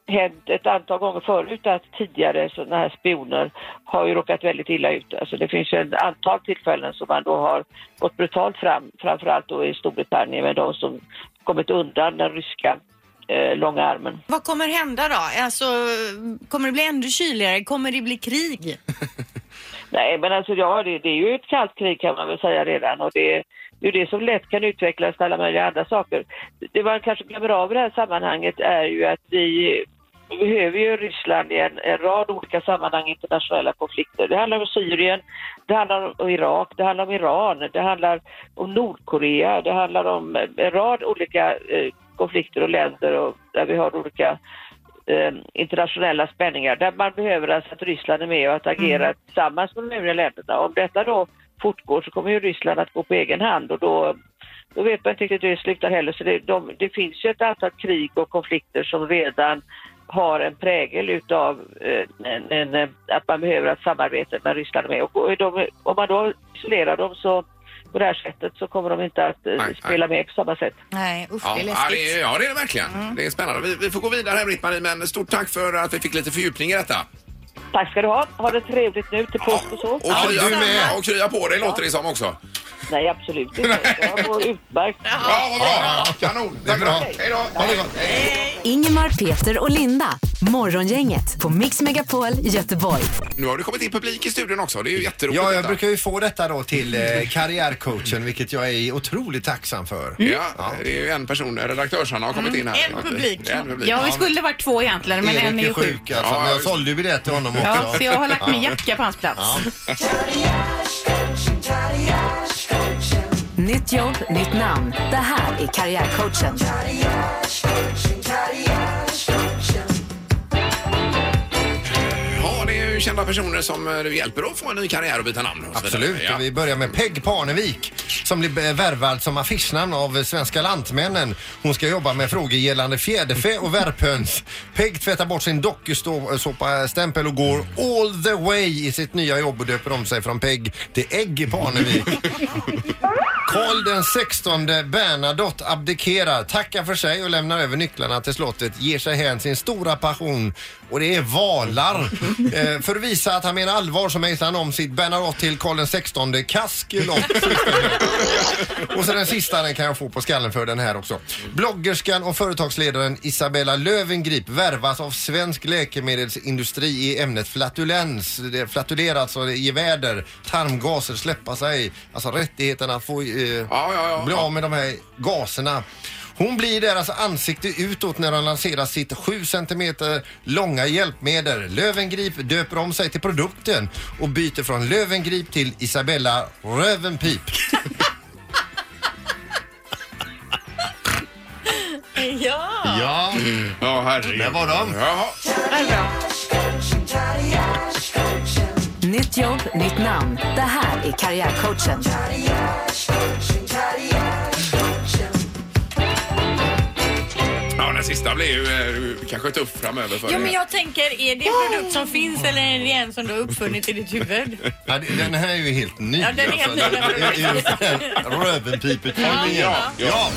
Speaker 9: hänt ett antal gånger förut att tidigare sådana här spioner har ju råkat väldigt illa ut. Alltså det finns ju ett antal tillfällen som man då har gått brutalt fram, framförallt då i Storbritannien med de som kommit undan den ryska eh, långa armen.
Speaker 2: Vad kommer hända då? Alltså, kommer det bli ännu kyligare? Kommer det bli krig?
Speaker 9: Nej, men alltså ja, det, det är ju ett kallt krig kan man väl säga redan och det, det är ju det som lätt kan utvecklas till alla möjliga andra saker. Det man kanske glömmer av i det här sammanhanget är ju att vi behöver ju Ryssland i en, en rad olika sammanhang i internationella konflikter. Det handlar om Syrien, det handlar om Irak, det handlar om Iran, det handlar om Nordkorea, det handlar om en rad olika eh, konflikter och länder och där vi har olika eh, internationella spänningar där man behöver alltså att Ryssland är med och att agera tillsammans med de övriga länderna. Om detta då fortgår så kommer ju Ryssland att gå på egen hand och då, då vet man inte riktigt hur det slutar heller. Så det, de, det finns ju ett antal krig och konflikter som redan har en prägel utav eh, en, en, eh, att man behöver att samarbeta med Ryssland är med. Och, och de, om man då isolerar dem så på det här sättet så kommer de inte att eh,
Speaker 3: nej.
Speaker 9: spela med på samma sätt.
Speaker 2: Nej, usch
Speaker 3: Ja,
Speaker 2: det är
Speaker 3: ja,
Speaker 2: läskigt.
Speaker 3: det är, ja, det är det verkligen. Det är spännande. Vi, vi får gå vidare här, Britt-Marie, men stort tack för att vi fick lite fördjupning i detta.
Speaker 9: Tack ska du ha. Ha det trevligt nu till påsk och så.
Speaker 3: Och krya,
Speaker 1: du med.
Speaker 3: Och krya på dig, låter det som också.
Speaker 9: Nej, absolut inte. Jag mår utmärkt.
Speaker 3: Ja, vad bra! Kanon!
Speaker 1: Det är bra.
Speaker 3: Hej då!
Speaker 1: Ha det gott.
Speaker 4: Ingemar, Peter och Linda. Morgongänget på Mix Megapol Göteborg.
Speaker 3: Nu har det kommit in publik i studion också. Det är ju jätteroligt.
Speaker 1: Ja, jag
Speaker 3: detta.
Speaker 1: brukar ju få detta då till eh, karriärcoachen, vilket jag är otroligt tacksam för.
Speaker 3: Ja, det är ju en person, redaktörsarna har kommit in här.
Speaker 2: Mm, En publik.
Speaker 3: En publik.
Speaker 6: Ja, vi skulle varit två egentligen, men en är
Speaker 1: Erik
Speaker 6: ju sjuk.
Speaker 1: alltså,
Speaker 3: Ja,
Speaker 1: men jag
Speaker 3: just-
Speaker 1: sålde ju biljett till honom
Speaker 6: Ja,
Speaker 1: också.
Speaker 6: så jag har lagt min jacka på hans plats.
Speaker 4: Nytt jobb, nytt namn. Det här är Karriärcoachen.
Speaker 3: Ja, det är ju kända personer som eh, du hjälper att få en ny karriär och byta namn. Och så vidare.
Speaker 1: Absolut.
Speaker 3: Ja.
Speaker 1: Och Vi börjar med Peg Parnevik som blev eh, värvad som affischnamn av Svenska Lantmännen. Hon ska jobba med frågor gällande fjäderfä och värphöns. Peg tvättar bort sin dokusåpa-stämpel och går all the way i sitt nya jobb och döper om sig från Peg till Ägg Parnevik. Karl den 16 Bernadotte abdikerar, tackar för sig och lämnar över nycklarna till slottet, ger sig hän sin stora passion och det är valar. Eh, för att visa att han menar allvar så mejslar han om sitt Bernadotte till Karl den 16 Kaskelot. och så den sista den kan jag få på skallen för den här också. Bloggerskan och företagsledaren Isabella Lövengrip värvas av svensk läkemedelsindustri i ämnet flatulens. Det flatulerar alltså i väder, tarmgaser, släppa sig, alltså rättigheten att få eh,
Speaker 3: Ja, ja, ja.
Speaker 1: bli av med de här gaserna. Hon blir deras ansikte utåt när hon lanserar sitt 7 cm långa hjälpmedel. Lövengrip döper om sig till produkten och byter från Lövengrip till Isabella Rövenpip.
Speaker 2: Ja,
Speaker 1: Ja,
Speaker 3: Ja, herregud.
Speaker 1: Där var de.
Speaker 3: Jaha.
Speaker 4: Nytt jobb, nytt namn. Det här är Karriärcoachen.
Speaker 3: Ja, den sista blir ju eh, kanske tuff framöver för
Speaker 2: ja
Speaker 3: er.
Speaker 2: men jag tänker, är det en produkt som finns eller är det en som du har uppfunnit i ditt huvud?
Speaker 1: Ja, det- den här är ju helt ny. alltså.
Speaker 2: Ja, den är helt ny.
Speaker 1: Rövenpiputformningen.
Speaker 3: Ja, ja.
Speaker 1: ja.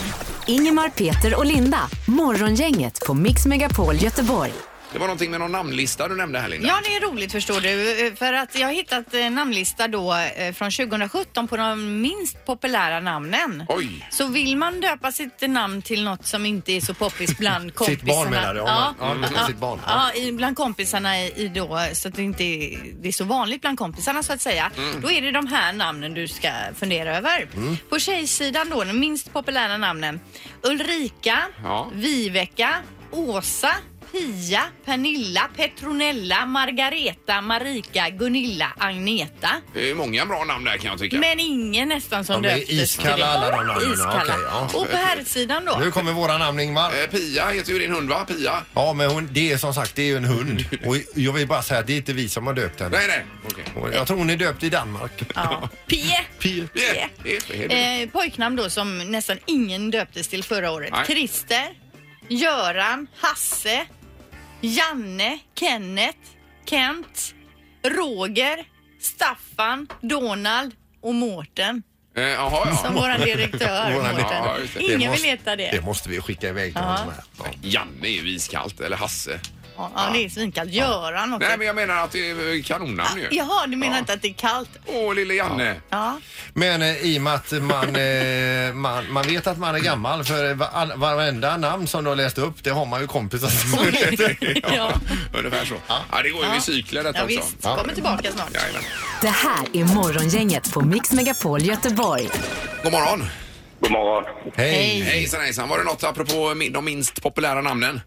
Speaker 4: Ingemar, Peter och Linda. Morgongänget på Mix Megapol Göteborg.
Speaker 3: Det var någonting med någon namnlista du nämnde här Linda.
Speaker 2: Ja, det är roligt förstår du. För att jag har hittat en namnlista då eh, från 2017 på de minst populära namnen.
Speaker 3: Oj.
Speaker 2: Så vill man döpa sitt namn till något som inte är så poppis bland kompisarna.
Speaker 1: Sitt barn menar du? Ja,
Speaker 2: Ja,
Speaker 1: man- ja, sitt barn.
Speaker 2: ja i, bland kompisarna i, i då, så att det inte är, det är så vanligt bland kompisarna så att säga.
Speaker 1: Mm.
Speaker 2: Då är det de här namnen du ska fundera över. På tjejsidan då, de minst populära namnen. Ulrika,
Speaker 3: Ja.
Speaker 2: Viveka, Åsa, Pia, Pernilla, Petronella, Margareta, Marika, Gunilla, Agneta.
Speaker 3: Det är många bra namn där kan jag tycka.
Speaker 2: Men ingen nästan som
Speaker 1: De är
Speaker 2: döptes till
Speaker 1: iskalla
Speaker 2: det.
Speaker 1: alla de namnen,
Speaker 2: Iskalla.
Speaker 1: okej, ja.
Speaker 2: Och på herrsidan då?
Speaker 1: Nu kommer våra namn Ingmar.
Speaker 3: Eh, Pia heter ju din hund va? Pia?
Speaker 1: Ja, men hon, det är som sagt, det är ju en hund. Och jag vill bara säga att det är inte vi som har döpt henne.
Speaker 3: Nej, nej. Okej.
Speaker 1: Och Jag tror hon är döpt i Danmark.
Speaker 2: Ja. Pie.
Speaker 1: Pia.
Speaker 3: Yeah. Yeah. Yeah.
Speaker 2: Eh, pojknamn då som nästan ingen döptes till förra året.
Speaker 3: Nej.
Speaker 2: Christer, Göran, Hasse, Janne, Kenneth, Kent, Roger, Staffan, Donald och Mårten.
Speaker 3: Eh, jaha, ja.
Speaker 2: Som våran direktör.
Speaker 1: Våran
Speaker 3: direktör.
Speaker 2: Mårten.
Speaker 3: just det.
Speaker 2: Ingen
Speaker 1: Det måste-
Speaker 2: vill veta det.
Speaker 1: Det måste vi skicka iväg till honom här. Ja.
Speaker 3: Janne är ju iskallt, eller Hasse.
Speaker 2: Ja, det är svinkallt. Göran också.
Speaker 3: Nej, men jag menar att det är kanonnamn ju.
Speaker 2: Jaha, du menar
Speaker 3: Ja.
Speaker 2: inte att det är kallt?
Speaker 3: Åh, lille Janne.
Speaker 2: Ja.
Speaker 1: Men eh, i och med att man, eh, man, man vet att man är gammal för eh, va- all- varenda namn som du har läst upp det har man ju kompisar som heter.
Speaker 2: Ja.
Speaker 3: Ungefär så. Ja. det går ju i cykler detta
Speaker 2: Ja,
Speaker 3: också.
Speaker 2: visst, kommer tillbaka snart.
Speaker 3: Jajamän.
Speaker 4: Det här är Morgongänget på Mix Megapol Göteborg.
Speaker 3: God morgon.
Speaker 10: God morgon.
Speaker 1: Hej!
Speaker 3: Hejsan, hejsan. Var det något apropå min- de minst populära namnen?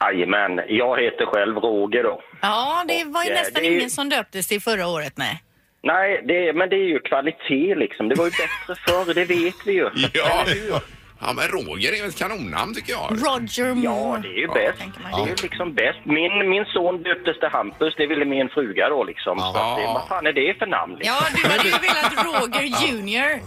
Speaker 10: Jajamän, jag heter själv Roger då.
Speaker 2: Ja, det var ju
Speaker 10: Och, eh,
Speaker 2: nästan
Speaker 10: det är ju-
Speaker 2: ingen som döptes till förra året, nej.
Speaker 10: Nej, det, men det är ju kvalitet liksom. Det var ju bättre förr, det vet vi ju.
Speaker 3: Ja. ja, men Roger är ju ett kanonnamn tycker jag.
Speaker 2: Roger
Speaker 10: Ja,
Speaker 2: Moore.
Speaker 10: det är ju bäst.
Speaker 2: tänker man.
Speaker 10: Det är ju liksom bäst. Min, min son döptes till Hampus, det ville min fruga då liksom. Så att det, vad fan är det för namn? Liksom?
Speaker 2: Ja, du hade ju velat Roger Junior.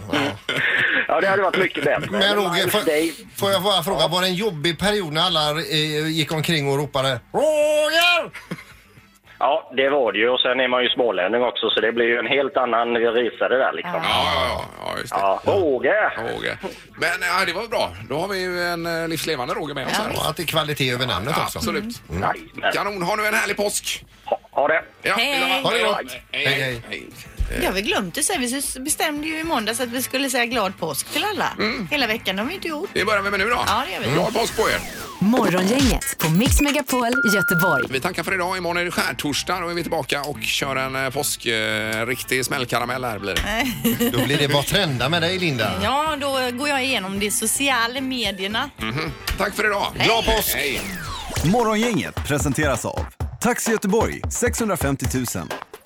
Speaker 10: Ja, det hade varit mycket bättre.
Speaker 1: Men Roger,
Speaker 10: Miles
Speaker 1: får,
Speaker 10: Dave-
Speaker 1: får jag bara fråga, var det en jobbig period när alla eh, gick omkring och ropade Roger?
Speaker 10: Ja, det var det ju. Och sen är man ju smålänning också, så det blir ju en helt annan resa det där liksom.
Speaker 3: Ja, ja, ja, ja just det.
Speaker 10: Ja, Roger!
Speaker 3: Roger. Men ja, det var bra. Då har vi ju en eh, livslevande Roger med oss här.
Speaker 1: Och att det är kvalitet över namnet också.
Speaker 3: Absolut.
Speaker 10: Jajamän.
Speaker 3: Kanon. Ha nu en härlig påsk.
Speaker 10: Ha- Ha det!
Speaker 3: Ja,
Speaker 2: Hej.
Speaker 3: detsamma.
Speaker 1: Ha det
Speaker 3: då.
Speaker 1: gott.
Speaker 3: Hej,
Speaker 1: Hej,
Speaker 3: hej.
Speaker 1: hej.
Speaker 2: Det har vi glömt att säga. Vi bestämde ju i måndags att vi skulle säga glad påsk till alla.
Speaker 9: Mm.
Speaker 2: Hela veckan har vi inte gjort.
Speaker 3: Det börjar vi med nu då.
Speaker 2: Ja, det gör vi.
Speaker 3: Glad påsk på er.
Speaker 4: Morgongänget på Mix Megapol Göteborg.
Speaker 3: Vi tackar för idag. Imorgon är det skärtorsdag. Då är vi tillbaka och kör en eh, påsk... Eh, riktig smällkaramell här blir det.
Speaker 1: Då blir det vad trenda med dig Linda.
Speaker 2: Ja, då går jag igenom de sociala medierna.
Speaker 3: Tack för idag.
Speaker 1: Glad påsk!
Speaker 3: Hej.
Speaker 11: Morgongänget presenteras av Taxi Göteborg 650 000